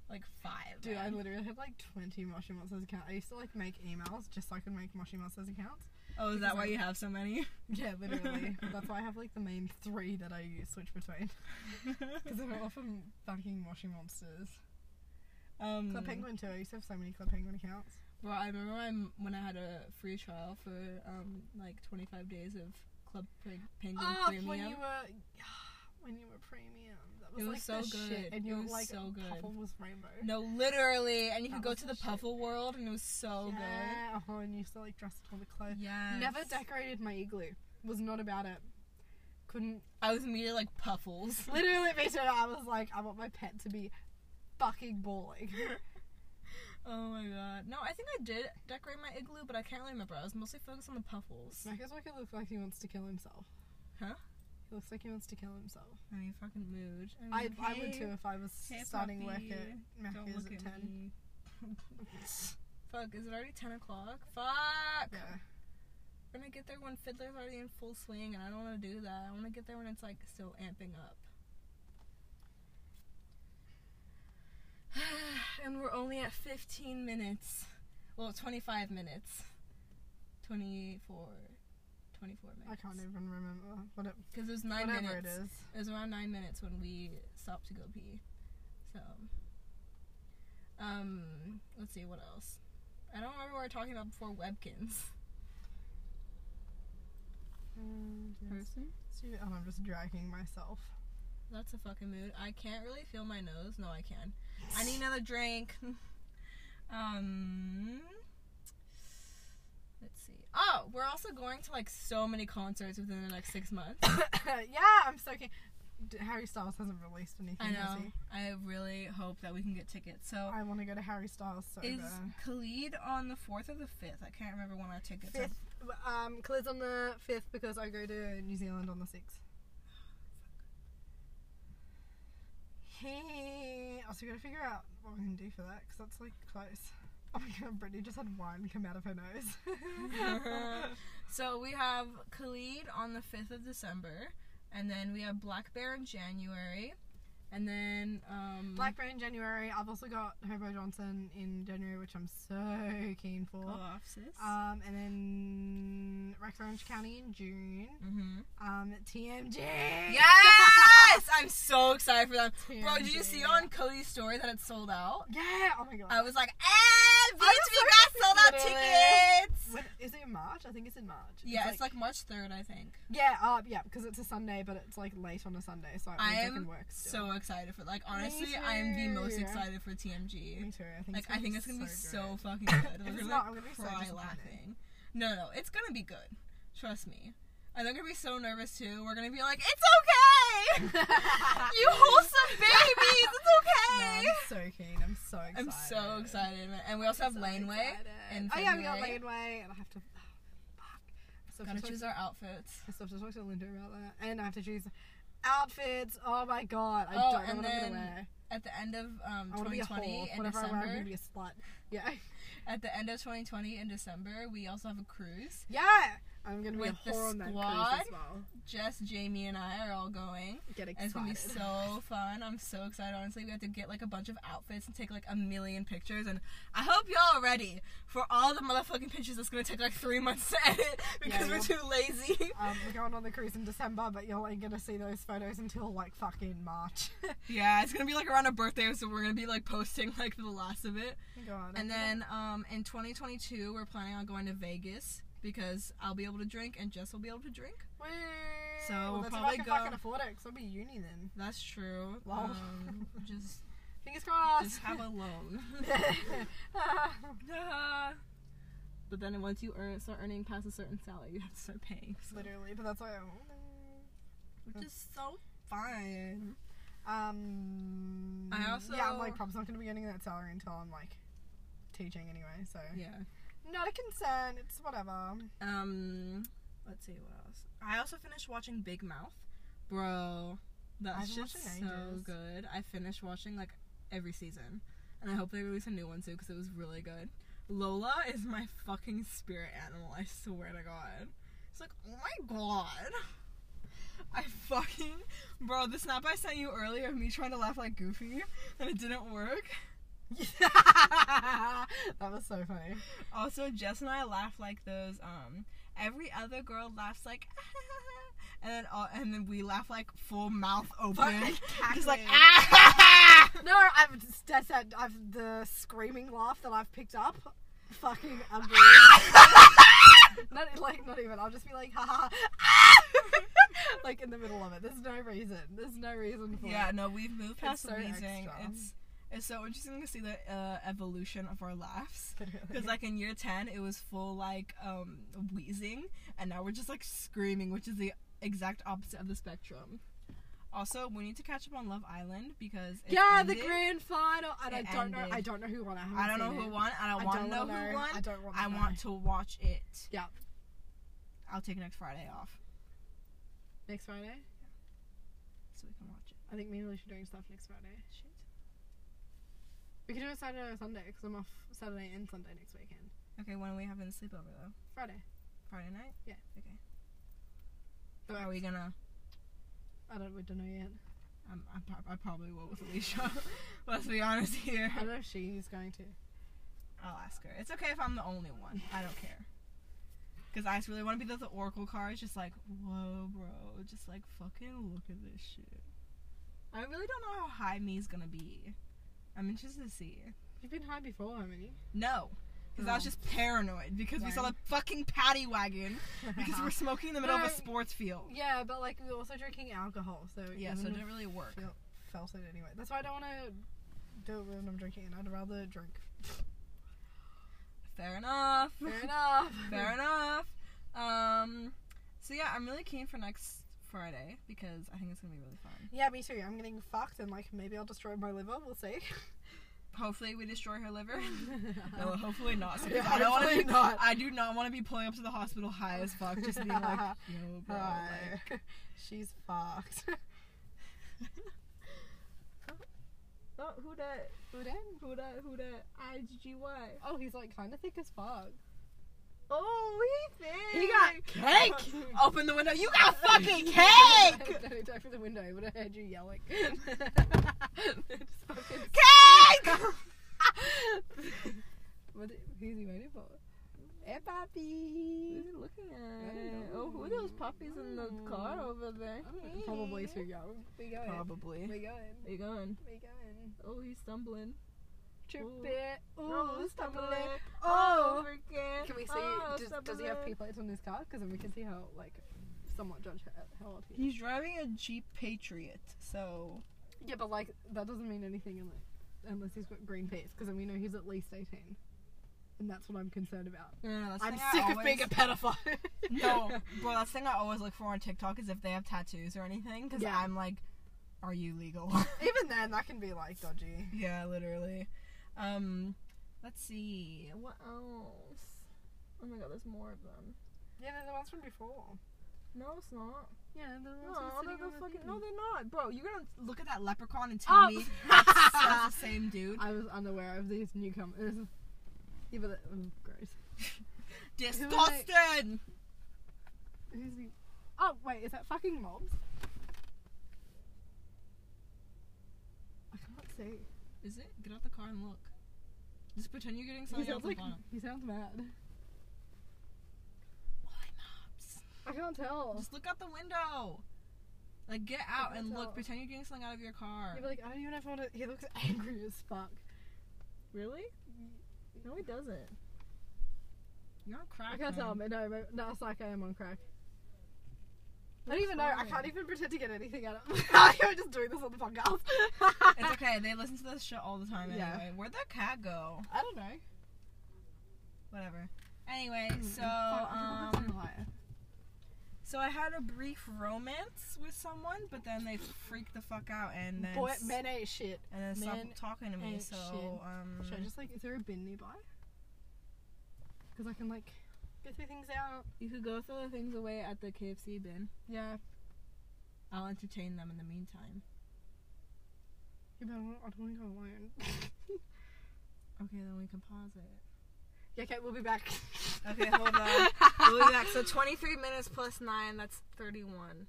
A: Like five.
B: Dude, I
A: man.
B: literally had like 20 Moshi Monsters accounts. I used to like make emails just so I could make Moshi Monsters accounts.
A: oh, is that
B: because
A: why
B: I-
A: you have so many?
B: Yeah, literally. That's why I have like the main three that I switch between. Because they were all from fucking Moshi Monsters.
A: um,
B: Club Penguin too. I used to have so many Club Penguin accounts.
A: Well, I remember I'm, when I had a free trial for um like 25 days of Club Pe- Penguin Premium.
B: Ah, when you were. When you were premium, that was,
A: It was so
B: like the
A: good.
B: shit, and
A: It
B: you were
A: was
B: like
A: so good.
B: Puffle was rainbow.
A: no, literally, and you
B: That
A: could go
B: was
A: to
B: the
A: the
B: shit.
A: Puffle World, and it was so
B: yeah, oh, and you still like dressed all the
A: good.
B: clothes.
A: Yeah.
B: Never decorated my igloo. Was not about it. Couldn't
A: I was immediately like Puffles.
B: Literally, me too. I was like, I want my pet to be fucking balling.
A: oh my god. No, I think I did decorate my igloo, but I can't really remember. I was mostly focused on the Puffles.
B: Marcus Walker looks like he wants to kill himself.
A: Huh?
B: He looks like he wants to kill himself.
A: I mean, fucking mood.
B: I,
A: mean,
B: I would
A: Mm, hey,
B: too if I was
A: hey,
B: starting work
A: puppy.
B: at
A: Don't
B: Macca's
A: look
B: at
A: at
B: 10.
A: me. Fuck, is it already 10 o'clock? Fuck!
B: Yeah.
A: We're gonna get there when Fiddler's already in full swing, and I don't wanna do that. I wanna get there when it's like still amping up. and we're only at 15 minutes. Well, 25 minutes. 24. 24
B: I
A: minutes.
B: can't even remember. What it,
A: Because it was 9
B: whatever
A: minutes.
B: it is.
A: It was around nine minutes when we stopped to go pee. So, um, let's see what else. I don't remember what we were talking about before Webkins.
B: Uh, Mm, yes.
A: Person?
B: So, oh, I'm just dragging myself.
A: That's a fucking mood. I can't really feel my nose. No, I can. I need another drink. um. Let's see. Oh, we're also going to like so many concerts within the next six months.
B: yeah, I'm so keen. D- Harry Styles hasn't released anything.
A: I know.
B: Has he?
A: I really hope that we can get tickets. So
B: I want to go to Harry Styles so
A: is
B: bad.
A: Khalid on the fourth or the fifth? I can't remember when our tickets. are.
B: Fifth, um, Cliz on the fifth because I go to New Zealand on the sixth. Hey, also gotta figure out what we can do for that because that's like close. Oh my god, Brittany just had wine come out of her nose.
A: So we have Khalid on the fifth of December, and then we have Black Bear in January, and then um,
B: Black Bear in January. I've also got Hobo Johnson in January, which I'm so keen for.
A: Go off, sis.
B: Um, and then Rex Orange County in June.
A: mm-hmm.
B: Um, TMJ.
A: Yes! I'm so excited for them. Bro, did you
B: TMJ.
A: see on Cody's story that it's sold out?
B: Yeah. Oh my god.
A: I was like, eh,
B: I was
A: VTV
B: so
A: got sold out
B: confused.
A: tickets!
B: When- is it in March? I think it's in March.
A: Yeah, it's like March 3rd, I think.
B: yeah, uh, yeah, because it's a Sunday, but it's like late on a Sunday, so it means
A: I
B: I,
A: am
B: can work. Still.
A: So excited for Like, honestly, I am the most
B: too.
A: excited for TMG.
B: me too. I think
A: Like,
B: it's
A: I
B: gonna
A: think it's gonna be so fucking
B: If
A: good. We're
B: it's
A: gonna
B: not,
A: like,
B: I'm gonna be so
A: cry
B: disappointed.
A: laughing. No, no, it's gonna be good. Trust me. And they're gonna be so nervous too. We're gonna be like, it's okay!
B: good.
A: you wholesome babies! It's
B: No,
A: okay!
B: I'm so keen. I'm so excited.
A: I'm so excited, man. and we also have
B: So
A: Laneway.
B: excited.
A: in
B: Oh yeah, we got
A: February.
B: laneway, and I have to. Oh, fuck. So
A: Gotta
B: just
A: choose our outfits.
B: I still have to talk to Linda about that, and I have to choose outfits. Oh my god, I
A: Oh,
B: don't know
A: and
B: what I'm
A: then
B: gonna wear.
A: At the end of um,
B: I want to be a
A: 2020
B: whore.
A: in
B: Whatever I wear, I'm
A: December,
B: gonna be a slut. Yeah,
A: at the end of 2020 in December, we also have a cruise.
B: yeah. I'm gonna be
A: With
B: a
A: the
B: whore on that
A: squad.
B: cruise as well.
A: Jess, Jamie, and I are all going,
B: Get
A: and it's
B: excited.
A: gonna be so fun. I'm so excited. Honestly, we have to get like a bunch of outfits and take like a million pictures. And I hope y'all are ready for all the motherfucking pictures. That's gonna take like three months to edit because we're
B: we'll-
A: too lazy.
B: um, we're going on the cruise in December, but you're only gonna see those photos until like fucking March.
A: yeah, it's gonna be like around a birthday, so we're gonna be like posting like the last of it.
B: God.
A: And then um, in 2022, we're planning on going to Vegas because I'll be able to drink and Jess will be able to drink.
B: Woo!
A: So
B: Well,
A: we'll
B: that's
A: probably
B: if I can
A: go-
B: fucking afford it, because I'll be uni then.
A: That's true.
B: Lol.
A: Um, just
B: Fingers crossed.
A: just have a loan. but then once you earn start earning past a certain salary, you have to start paying. so-
B: Literally, but that's why.
A: which is so fun.
B: Um,
A: I also-
B: yeah, I'm like probably not gonna be getting that salary until I'm like teaching anyway. So
A: Yeah.
B: not a concern. It's whatever.
A: Um. Let's see what else. I also finished watching Big Mouth, bro.
B: I've
A: That's
B: been
A: just
B: watching
A: so
B: ages.
A: good. I finished watching like every season, and I hope they release a new one too because it was really good. Lola is my fucking spirit animal. I swear to God. It's like, oh my god. I fucking bro. The snap I sent you earlier of me trying to laugh like Goofy and it didn't work.
B: that was so funny.
A: Also, Jess and I laugh like those. Um, every other girl laughs like, and then all, and then we laugh like full mouth open,
B: Fucking
A: just like.
B: cackling.
A: "Ah!"
B: No, I've just- that's that. I've the screaming laugh that I've picked up. Fucking unbelievable. not like not even. I'll just be like, haha. like in the middle of it. There's no reason. There's no reason for
A: yeah,
B: it.
A: no, we've moved past
B: so
A: wheezing.
B: extra.
A: It's it's so interesting to see the uh, evolution of our laughs. Because
B: Literally.
A: like in year ten, it was full like um wheezing, and now we're just like screaming, which is the exact opposite of the spectrum. Also, we need to catch up on Love Island because it
B: yeah, the
A: ended.
B: grand final, and I
A: It
B: don't know.
A: ended.
B: I don't know who won. I, haven't
A: I don't know
B: seen
A: who
B: it.
A: won, and I,
B: I
A: want to
B: don't
A: know
B: wanna
A: who
B: know.
A: won.
B: I don't want.
A: I
B: to
A: want to
B: know.
A: watch it.
B: Yeah.
A: I'll take next Friday off
B: next Friday.
A: so we can watch it.
B: I think me and Alicia are doing stuff next Friday.
A: Shit.
B: We can do it Saturday or Sunday because I'm off Saturday and Sunday next weekend.
A: Okay, when are we having the sleepover though?
B: Friday.
A: Friday night?
B: Yeah.
A: Okay.
B: But
A: Are we gonna?
B: I don't. We don't know yet.
A: Um, I, prob- I probably will with Alicia. Let's be honest here.
B: I don't know if she's going to.
A: I'll ask her. It's okay if I'm the only one. I don't care. Cause I just really want to be the, the Oracle card. It's just like, whoa, bro. Just like, fucking look at this shit. I really don't know how high me's gonna be. I'm interested to see.
B: You've been high before, haven't you?
A: No. Because I was
B: No.
A: just paranoid because we saw
B: Yeah.
A: the fucking paddy wagon because we were smoking in the middle of a
B: No.
A: sports field.
B: yeah, but like we were also drinking alcohol, so it
A: Yeah, so it
B: wouldn't
A: didn't really work.
B: have felt it anyway. That's why I don't want to do it when I'm drinking. and I'd rather drink.
A: Fair enough.
B: Fair enough.
A: Fair enough. Um, so yeah, I'm really keen for next Friday because I think it's gonna be really fun.
B: Yeah, me too. I'm getting fucked, and like maybe I'll destroy my liver. We'll see.
A: Hopefully we destroy her liver. no, hopefully not. So
B: Yeah,
A: I don't want to
B: hopefully
A: be.
B: not.
A: I do not want to be pulling up to the hospital high as fuck, just being like, yo, bro, like,
B: Hi. She's fucked.
A: oh, who that?
B: Who then?
A: Who that? Who that? I G G Y.
B: Oh, he's like kind of thick as fuck.
A: Oh, he thick.
B: He got
A: cake. Open the window. You got fucking cake.
B: Don't dive through the window. I would have heard you yelling. It's fucking-
A: Cake.
B: what, who's he waiting for? Hey, puppy.
A: looking
B: at?
A: Oh, who are those puppies in the car over there?
B: Probably too young. We going.
A: Probably.
B: We going.
A: Where you going?
B: We going.
A: Oh, he's stumbling.
B: Trip
A: Ooh.
B: it.
A: Oh,
B: Ooh, stumbling.
A: Oh,
B: Oh.
A: freaking.
B: Can we see?
A: Oh,
B: does, does he have
A: stumbling.
B: P plates on his car? Because then we can see how like somewhat judge how, how old he is.
A: He's driving a Jeep Patriot, so
B: Yeah, but like that doesn't mean anything unless, unless he's got green peas, because then we know he's at least eighteen, and that's what I'm concerned about. I'm sick of being a pedophile.
A: no, bro. That's the thing I always look for on TikTok is if they have tattoos or anything, because
B: Yeah.
A: I'm like, are you legal?
B: Even then, that can be like dodgy.
A: yeah, literally. Um, let's see. What else? Oh my god, there's more of them.
B: Yeah, they're the ones from before.
A: No, it's not.
B: Yeah, they're the
A: No,
B: ones from
A: they're
B: sitting
A: the
B: on the
A: fucking.
B: thing.
A: No, they're not, bro. You're gonna look at that leprechaun and tell
B: Oh.
A: me that's, that's the same dude.
B: I was unaware of these newcomers. Yeah, but that, oh, gross.
A: Disgusting.
B: Who's he? Oh wait, is that fucking mobs? I can't see.
A: Is it? Get out the car and look. Just pretend you're getting
B: He
A: something else like,
B: sounds like he sounds mad.
A: Why mobs?
B: I can't tell.
A: Just look out the window. Like get out and
B: can't
A: look.
B: tell.
A: Pretend you're getting something out of your car.
B: Yeah, but like I don't even know if I want to. He looks angry as fuck.
A: really? No, he doesn't. You're on crack.
B: I can't tell
A: man.
B: him. No, no, no, it's like I am on crack. I don't even know. I can't
A: fine.
B: even pretend to get anything out of. I'm just doing this on the podcast.
A: It's okay. They listen to this shit all the time
B: Yeah.
A: anyway. Where'd that cat go?
B: I don't know.
A: Whatever. Anyway, so
B: Fuck, I think I'm
A: um,
B: a liar.
A: so I had a brief romance with someone, but then they freaked the fuck out and then
B: boy,
A: s-
B: men ain't shit.
A: and then
B: men
A: stopped talking to me.
B: ain't
A: So
B: shit.
A: um,
B: Should I just like? Is there a bin nearby? Because I can like get through things out.
A: you could go throw the things away at the KFC bin.
B: Yeah.
A: I'll entertain them in the meantime.
B: Yeah, but I don't, I don't want to go alone.
A: Okay, then we can pause it.
B: yeah, okay, we'll be back.
A: Okay, hold on. We'll be back. So 23 minutes plus 9, that's 31.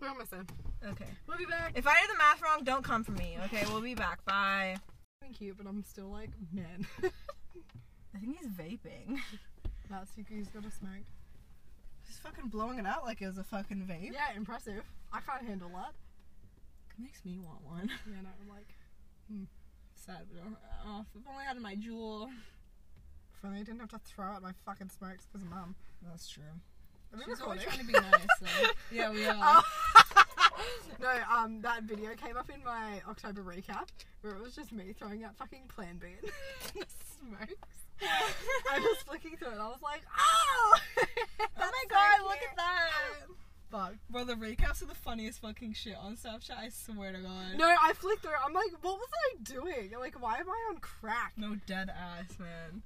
B: We're almost there.
A: Okay.
B: We'll be back.
A: If I did the math wrong, don't come for me. Okay, we'll be back. Bye.
B: Thank you, but I'm still like man.
A: I think he's vaping.
B: That's who he's got a smoke.
A: He's fucking blowing it out like it was a fucking vape.
B: Yeah, impressive. I can't handle that.
A: Makes me want one.
B: Yeah, no, I'm like,
A: Sad, but uh, if I've only had my jewel.
B: if only I didn't have to throw out my fucking smokes because mum.
A: That's true.
B: Are we
A: She's always
B: recording?
A: trying to be nice. So. yeah, we are.
B: no, um, that video came up in my October recap where it was just me throwing out fucking Plan B and
A: Oh
B: the smokes. I was flicking through it. I was like, oh,
A: oh my god, look at that.
B: Fuck.
A: Bro, the recaps are the funniest fucking shit on Snapchat. I swear to God.
B: No, I flicked through. it. I'm like, what was I doing? Like, why am I on crack?
A: No dead ass, man.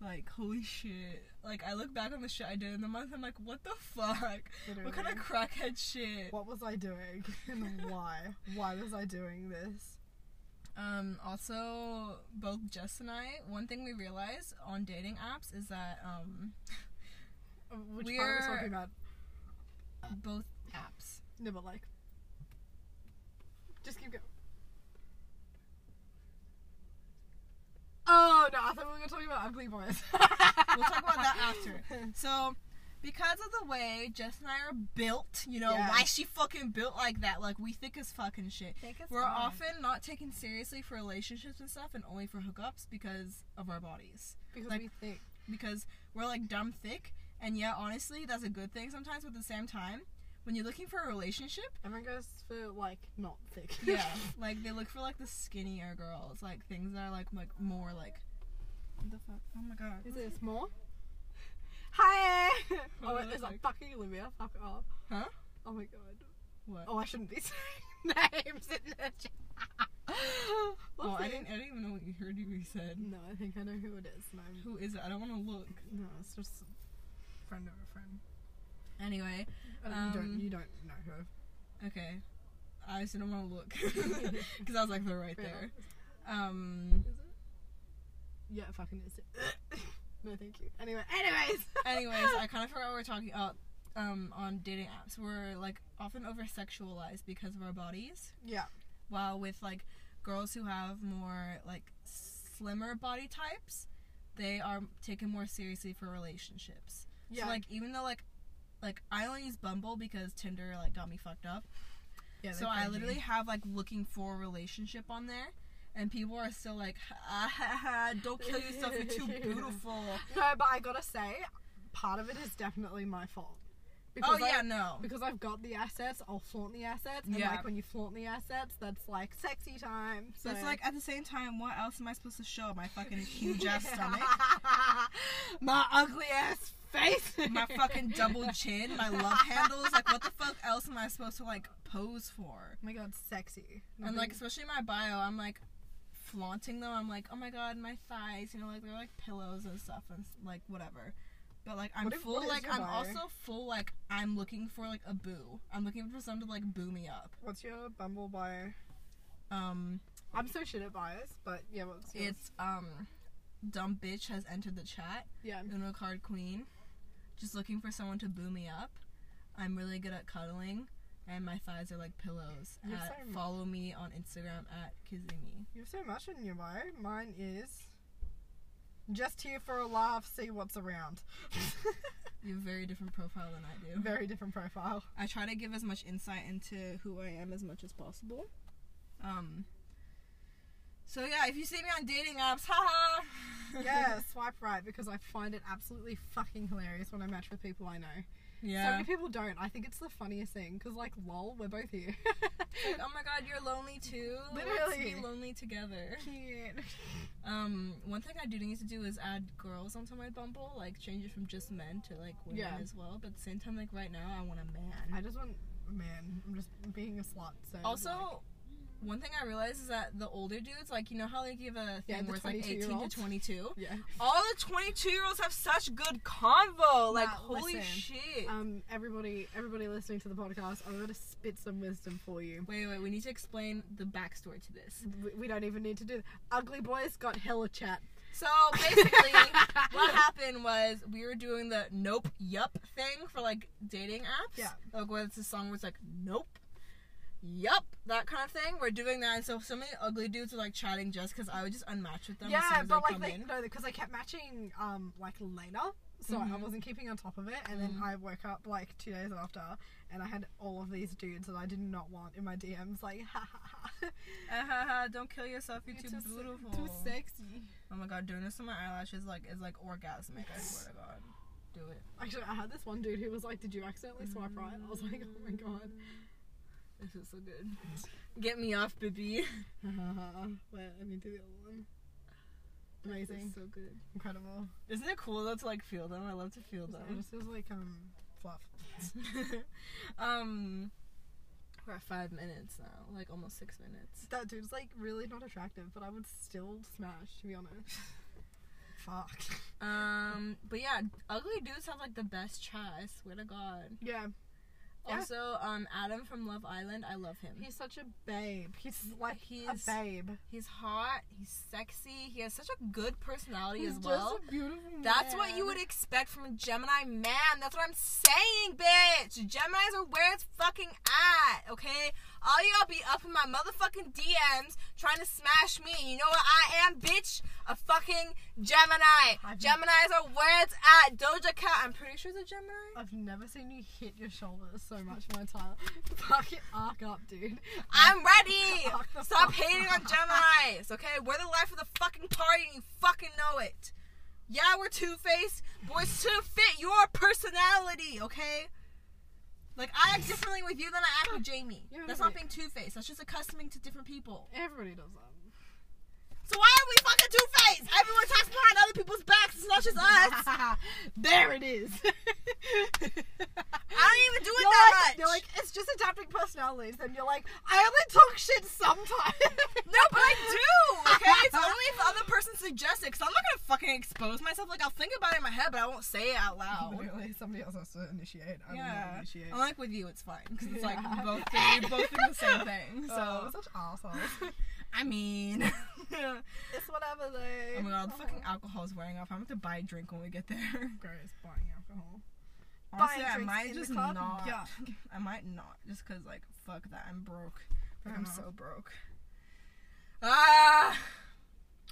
A: Like holy shit. Like I look back on the shit I did in the month, I'm like, what the fuck? What kind of
B: Literally.
A: crackhead shit?
B: What was I doing and why? Why was I doing this?
A: Um. Also, both Jess and I, one thing we realized on dating apps is that um,
B: Which part are we
A: We're-
B: talking about?
A: both apps.
B: No, but like, just keep going. Oh no! I thought we were gonna talk about ugly boys.
A: We'll talk about that after. So, because of the way Jess and I are built, you know,
B: Yeah.
A: why she fucking built like that. Like we think as fucking shit.
B: Think it's
A: We're
B: fine.
A: often not taken seriously for relationships and stuff, and only for hookups because of our bodies.
B: because
A: like-
B: we think
A: Because we're like dumb thick, and yeah, honestly, that's a good thing sometimes. But at the same time, when you're looking for a relationship,
B: everyone goes for like not thick.
A: yeah, like they look for like the skinnier girls, like things that are like like more like. What the fuck? Oh my god.
B: Is this more? Hi.
A: Oh,
B: Oh, wait,
A: that's
B: there's a
A: like-
B: fucking Olivia. Fuck off.
A: Huh?
B: Oh my god.
A: What?
B: Oh, I shouldn't be saying names in the chat.
A: Oh,
B: What's
A: I
B: it?
A: didn't. I didn't even know what you heard. You said.
B: No, I think I know who it is. and I'm-
A: Who is it? I don't want to look.
B: No, it's just a friend of a friend.
A: Anyway,
B: Uh, you
A: Um,
B: don't. You don't know her.
A: okay. I just didn't want to look because I was like, they're right
B: Fair
A: there.
B: enough.
A: Um.
B: Is it? Yeah, it fucking is. no, thank you. Anyway, anyways.
A: Anyways, I kind of forgot what we're talking about. Um, on dating apps, we're like often over sexualized because of our bodies.
B: yeah.
A: While with like girls who have more like slimmer body types, they are taken more seriously for relationships.
B: Yeah.
A: So like even though like like I only use Bumble because Tinder like got me fucked up.
B: yeah,
A: so I literally have like looking for a relationship on there, and people are still like, ah, ha, ha, don't kill yourself, you're too beautiful.
B: No, but I gotta say, part of it is definitely my fault.
A: oh
B: I-
A: yeah, no.
B: Because I've got the assets, I'll flaunt the assets. And
A: Yeah.
B: like when you flaunt the assets, that's like sexy time.
A: So it's like at the same time, what else am I supposed to show? My fucking huge ass stomach,
B: my ugly ass face.
A: my fucking double chin, my love handles. Like what the fuck else am I supposed to like pose for?
B: Oh my god, sexy.
A: And like
B: Nothing-
A: especially my bio, I'm like flaunting them. I'm like, oh my god, my thighs. You know, like they're like pillows and stuff and s- like whatever. But like I'm
B: What if- what
A: full.
B: is
A: Like
B: your
A: I'm
B: bio?
A: also full. Like I'm looking for like a boo. I'm looking for someone to like boo me up.
B: what's your Bumble bio?
A: Um,
B: I'm so shit at bios, but yeah, what's yours?
A: it's um, dumb bitch has entered the chat.
B: yeah.
A: Uno card queen. Just looking for someone to boo me up. I'm really good at cuddling, and my thighs are like pillows.
B: You're
A: At,
B: so-
A: follow me on Instagram at kizimi.
B: You have so much in your bio. Mine is just here for a laugh, see what's around.
A: You have a very different profile than I do.
B: Very different profile.
A: I try to give as much insight into who I am as much as possible. Um. So yeah, if you see me on dating apps, haha.
B: Yeah, swipe right because I find it absolutely fucking hilarious when I match with people I know. So
A: yeah.
B: many people don't. I think it's the funniest thing because, like, lol, we're both here.
A: Like, oh my god, you're lonely too. Let's
B: Literally.
A: be lonely together.
B: Cute.
A: Um, one thing I do need to do is add girls onto my Bumble, like change it from just men to like women
B: Yeah.
A: as well. But at the same time, like right now, I want a
B: I
A: man.
B: just want, man, I'm just being a slut. So
A: Also,
B: like-
A: one thing I realized is that the older dudes, like you know how they give a
B: Yeah,
A: thing
B: the
A: where it's like eighteen to
B: 22-year-olds.
A: twenty-two.
B: yeah.
A: All the 22 year olds have such good convo. Like,
B: Nah,
A: holy
B: listen.
A: shit.
B: Um, everybody, everybody listening to the podcast, I'm gonna spit some wisdom for you.
A: wait, wait, we need to explain the backstory to this.
B: We- We don't even need to do. That. Ugly boys got hella chat.
A: So, basically, what happened was we were doing the nope, yup thing for like dating apps.
B: Yeah.
A: Like, where it's a song where it's like, nope. Yup, that kind of thing. We're doing that, and so so many ugly dudes were like chatting just because I would just unmatch with them. as soon
B: yeah,
A: as
B: but
A: they
B: like
A: come
B: they,
A: in.
B: no, because I kept matching um like later, so I
A: Mhm.
B: wasn't keeping on top of it. And then I woke up like two days after, and I had all of these dudes that I did not want in my DMs. Like, ha ha ha,
A: Ah, ha, ha, don't kill yourself. You're,
B: You're
A: too,
B: se-
A: beautiful.
B: too sexy.
A: Oh my god, doing this on my eyelashes like is like orgasmic. I swear to God, do it.
B: Actually, I had this one dude who was like, "Did you accidentally swipe right?" I was like, "Oh my god."
A: This is so good. Get me off, baby.
B: Wait, I need to do the other one. Amazing,
A: so good.
B: incredible.
A: Isn't it cool though to like feel them? I love to feel
B: It
A: them.
B: just feels like um fluff.
A: um, we're at five minutes now, like almost six minutes.
B: That dude's like really not attractive, but I would still smash to be honest. Fuck.
A: Um, but yeah, ugly dudes have like the best chat. I swear to God.
B: Yeah, Yeah.
A: Also, um, Adam from Love Island, I love him.
B: he's such a babe. He's like
A: He's-
B: a babe.
A: He's hot. He's sexy. He has such a good personality
B: He's
A: as well.
B: just a beautiful
A: That's what you
B: man.
A: would expect from a Gemini man. That's what I'm saying, bitch. Geminis are where it's fucking at, okay?
C: All y'all be up in my motherfucking DMs trying to smash me. You know what I am, bitch? A fucking Gemini.
B: I've-
C: Geminis are where it's at. Doja Cat. I'm pretty sure it's a Gemini.
B: I've never seen you hit your shoulders so much in my time. Fucking arc up, dude.
C: I'm ready.
B: Fuck the
C: Stop
B: fuck.
C: hating on Gemini's, okay? We're the life of the fucking party, and you fucking know it. Yeah, we're two faced, but we should fit your personality, okay? Like I act differently with you than I act with Jamie.
B: You're an
C: That's not being
B: idiot.
C: two faced. That's just accustoming to different people.
B: Everybody does that.
C: So why are we fucking two faced? Everyone talks behind other people's backs. It's not just us. I
B: there it is.
C: don't even do it
B: you're
C: that
B: like,
C: much.
B: You're like, it's just adapting personalities, and you're like, I only talk shit sometimes.
C: No, but I do. Okay, it's only if the other person suggests it, because I'm not gonna fucking expose myself. Like I'll think about it in my head, but I won't say it out loud.
B: Literally, somebody else has to initiate. I
A: Oh. Yeah.
B: initiate.
A: I like with you, it's fine because it's like
B: Yeah.
A: we both think, we both think the same thing. So
B: Oh, such assholes.
A: I mean,
B: it's whatever
A: oh
B: though. Oh.
A: my god, the fucking alcohol is wearing off. I'm gonna have to buy a drink when we get there.
B: gross buying alcohol.
A: Honestly,
B: Buying
A: I
B: drinks
A: might
B: in the
A: just
B: club?
A: not.
B: Yuck.
A: I might not just because like fuck that. I'm broke. Like,
B: Fair
A: I'm
B: enough.
A: so broke. Ah,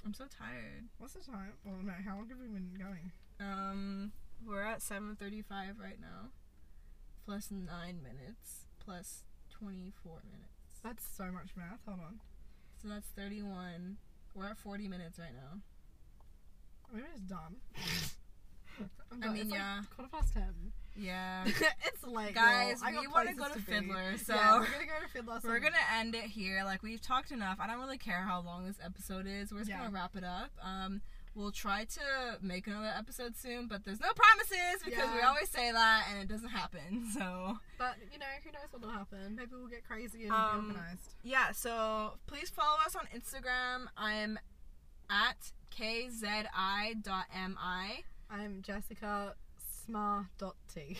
A: I'm so tired.
B: What's the time? Well, no. How long have we been going?
A: Um, we're at 7:35 right now, plus nine minutes, plus 24 minutes.
B: That's so much math. Hold on.
A: So that's 31. We're at 40 minutes right now.
B: We're just done.
A: I mean,
B: it's
A: yeah.
B: Like quarter past ten.
A: Yeah.
B: it's late,
A: Guys,
B: y'all. I
A: we
B: got
A: wanna
B: places
A: go to
B: be.
A: Fiddler, so-
B: yeah, we're gonna go to Fiddler.
A: We're
B: some-
A: gonna end it here. Like we've talked enough. I don't really care how long this episode is. We're just
B: Yeah.
A: gonna wrap it up. Um, we'll try to make another episode soon, but there's no promises because we
B: Yeah.
A: always say that and it doesn't happen. So
B: But you know, who knows what'll happen? Maybe we'll get crazy and
A: Um,
B: be organized.
A: yeah. So please follow us on Instagram. I'm at kzi.mi.
B: I'm Jessica Smar dot T.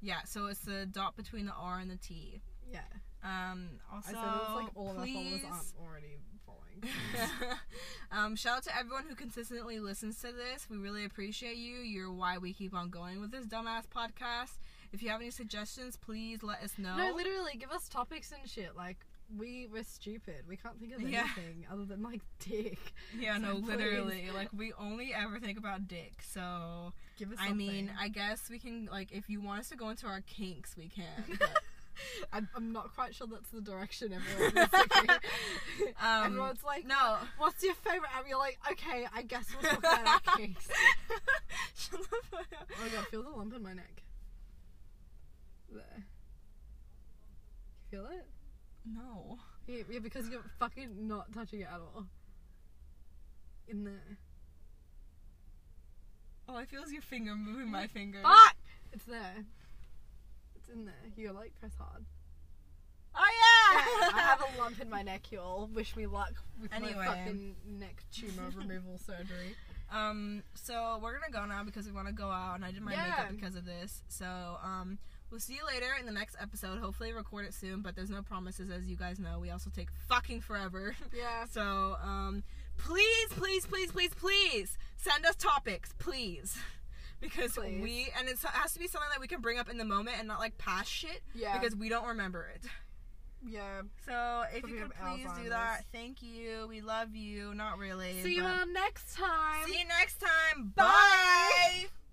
A: Yeah. So it's the dot between the R and the T.
B: yeah,
A: Um. Also,
B: I said it's like all
A: please.
B: of our followers aren't already following.
A: um, shout out to everyone who consistently listens to this. We really appreciate you. You're why we keep on going with this dumbass podcast. If you have any suggestions, please let us know.
B: No, literally, give us topics and shit. Like we were stupid. We can't think of
A: Yeah.
B: anything other than like dick.
A: yeah, no,
B: Please.
A: literally. Like we only ever think about dick. So
B: Give us.
A: I mean,
B: something.
A: I guess we can like if you want us to go into our kinks, we can. but-
B: I'm, I'm not quite sure that's the direction everyone is thinking.
A: Um,
B: Everyone's like,
A: no.
B: What's your favorite? And you're like, okay, I guess we'll talk about our kinks.
A: Shut the fuck up.
B: Oh my god, feel the lump in my neck. There. Feel it?
A: No.
B: Yeah, yeah, because you're fucking not touching it at all. In there.
A: All Oh, I feel is your finger moving my finger.
B: Fuck! It's there. It's in there. You're like, press hard.
A: Oh yeah.
B: I have a lump in my neck, y'all. Wish me luck with
A: Anyway.
B: my fucking neck tumor removal surgery.
A: Um, so we're gonna go now because we want to go out, and I did my
B: Yeah.
A: makeup because of this. So, um, we'll see you later in the next episode. Hopefully, record it soon, but there's no promises, as you guys know. We also take fucking forever.
B: Yeah.
A: so, um, please, please, please, please, please send us topics, please, because
B: Please.
A: we and it's, it has to be something that we can bring up in the moment and not like past shit
B: Yeah.
A: because we don't remember it.
B: yeah.
A: So, if
B: Something
A: you could
B: of
A: please do
B: Alzheimer's.
A: that, thank you. We love you. Not really.
B: See you
A: but-
B: all next time.
A: See you next time.
B: Bye.
A: Bye.